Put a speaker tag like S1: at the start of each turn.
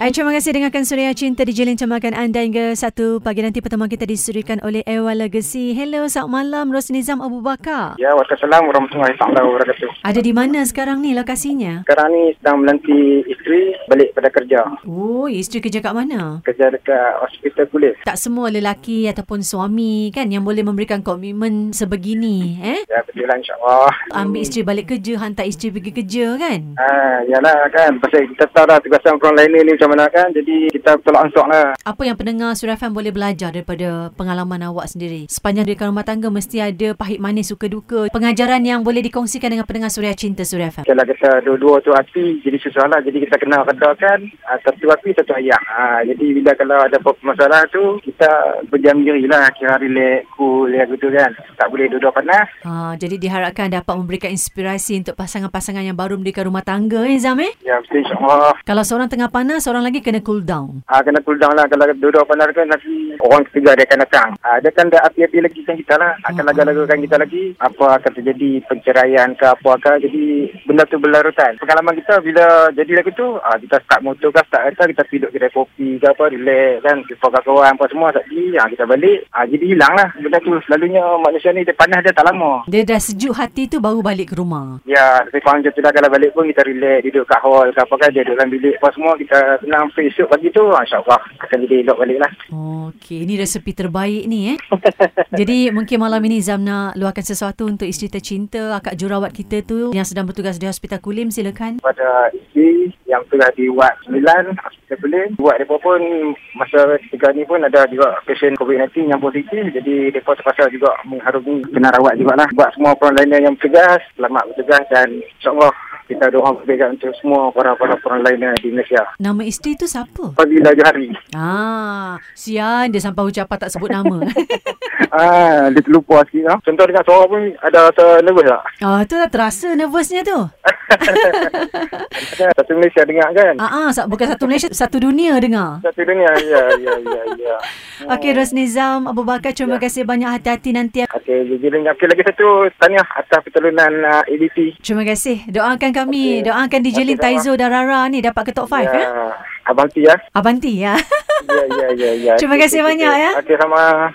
S1: Ay, terima kasih dengarkan Suria Cinta di Jilin Cemakan anda hingga satu pagi nanti pertemuan kita disurikan oleh Ewa Legacy. Hello, selamat malam Rosnizam Abu Bakar.
S2: Ya, waalaikumsalam warahmatullahi taala wabarakatuh.
S1: Ada di mana sekarang ni lokasinya?
S2: Sekarang ni sedang menanti isteri balik pada kerja.
S1: Oh, isteri kerja kat mana?
S2: Kerja dekat hospital kulit.
S1: Tak semua lelaki ataupun suami kan yang boleh memberikan komitmen sebegini, eh?
S2: Ya, betul lah insyaAllah.
S1: Ambil isteri balik kerja, hantar isteri pergi kerja kan?
S2: Ha, yalah kan. Pasal kita tahu dah tugasan orang lain ni macam mana kan. Jadi kita tolak ansok lah.
S1: Apa yang pendengar Surya FM boleh belajar daripada pengalaman awak sendiri? Sepanjang dirikan rumah tangga mesti ada pahit manis, suka duka. Pengajaran yang boleh dikongsikan dengan pendengar Surya Cinta Surya FM.
S2: Kalau lah, kita dua-dua tu hati, jadi susah lah. Jadi kita kena redakan ha, satu hati, satu ayam. Ha, jadi bila kalau ada apa-apa masalah tu, kita berdiam diri lah. Kira relax, cool, ya gitu kan. Tak boleh duduk panas.
S1: Ha, jadi diharapkan dapat memberikan inspirasi untuk pasangan-pasangan yang baru mendirikan rumah tangga eh Zam eh?
S2: Ya, betul insyaAllah.
S1: Kalau seorang tengah panas, seorang lagi kena cool down.
S2: Ha, kena cool down lah. Kalau duduk panas kan nanti orang ketiga dia akan datang. Ha, dia akan dah api-api lagi kan kita lah. Akan laga-lagakan kita lagi. Apa akan terjadi penceraian ke apa ke. Jadi benda tu berlarutan. Pengalaman kita bila jadi lagu tu, ha, kita start motor ke start kereta, kita pergi duduk kedai kopi ke apa, relax kan. Jumpa kawan-kawan apa semua tadi. Ha, kita balik. Ha, jadi hilang lah benda tu. Selalunya manusia ni dia panas dia tak lama.
S1: Dia dah sejuk hati tu baru balik ke rumah.
S2: Ya, saya faham macam tu lah. Kalau balik pun kita relax, duduk kat hall ke apa kan. Dia duduk dalam bilik apa semua. Kita senang sampai esok pagi tu, ha, insyaAllah akan jadi elok balik lah.
S1: Okey, ini resepi terbaik ni eh. Jadi mungkin malam ini Zamna luahkan sesuatu untuk isteri tercinta, akak jurawat kita tu yang sedang bertugas di Hospital Kulim, silakan.
S2: Pada isteri yang telah di Wad 9, kita boleh. Wad mereka pun masa tiga ni pun ada juga pasien COVID-19 yang positif. Jadi mereka terpaksa juga mengharungi kena rawat juga lah. Buat semua orang lain yang bertugas, selamat bertugas dan insyaAllah kita doa kebaikan untuk semua orang-orang orang lain di Malaysia.
S1: Nama isteri tu siapa?
S2: Fazila Johari.
S1: Ah, sian dia sampai ucapan tak sebut nama.
S2: ah, dia terlupa sikit lah. Contoh dengan suara pun ada rasa nervous lah. tak?
S1: ah, tu dah terasa nervousnya tu.
S2: Kan, Satu Malaysia dengar kan?
S1: Ah, ah, sa- bukan satu Malaysia, satu dunia dengar.
S2: Satu dunia, ya, ya, ya, ya.
S1: Okey, Rosnizam Abu Bakar, terima kasih banyak hati-hati nanti.
S2: Okey, jadi dengan okay, lagi satu tanya atas pertolongan uh, ADP.
S1: Terima kasih. Doakan kami, okay. doakan DJ Lin
S2: Okey, doa.
S1: Taizo dan Rara ni dapat ke top 5 ya. eh.
S2: Abang T ya.
S1: Abanti ya.
S2: Ya, ya, ya, ya.
S1: Terima
S2: Okey,
S1: kasih
S2: okey,
S1: banyak,
S2: okey.
S1: ya.
S2: Okey, sama.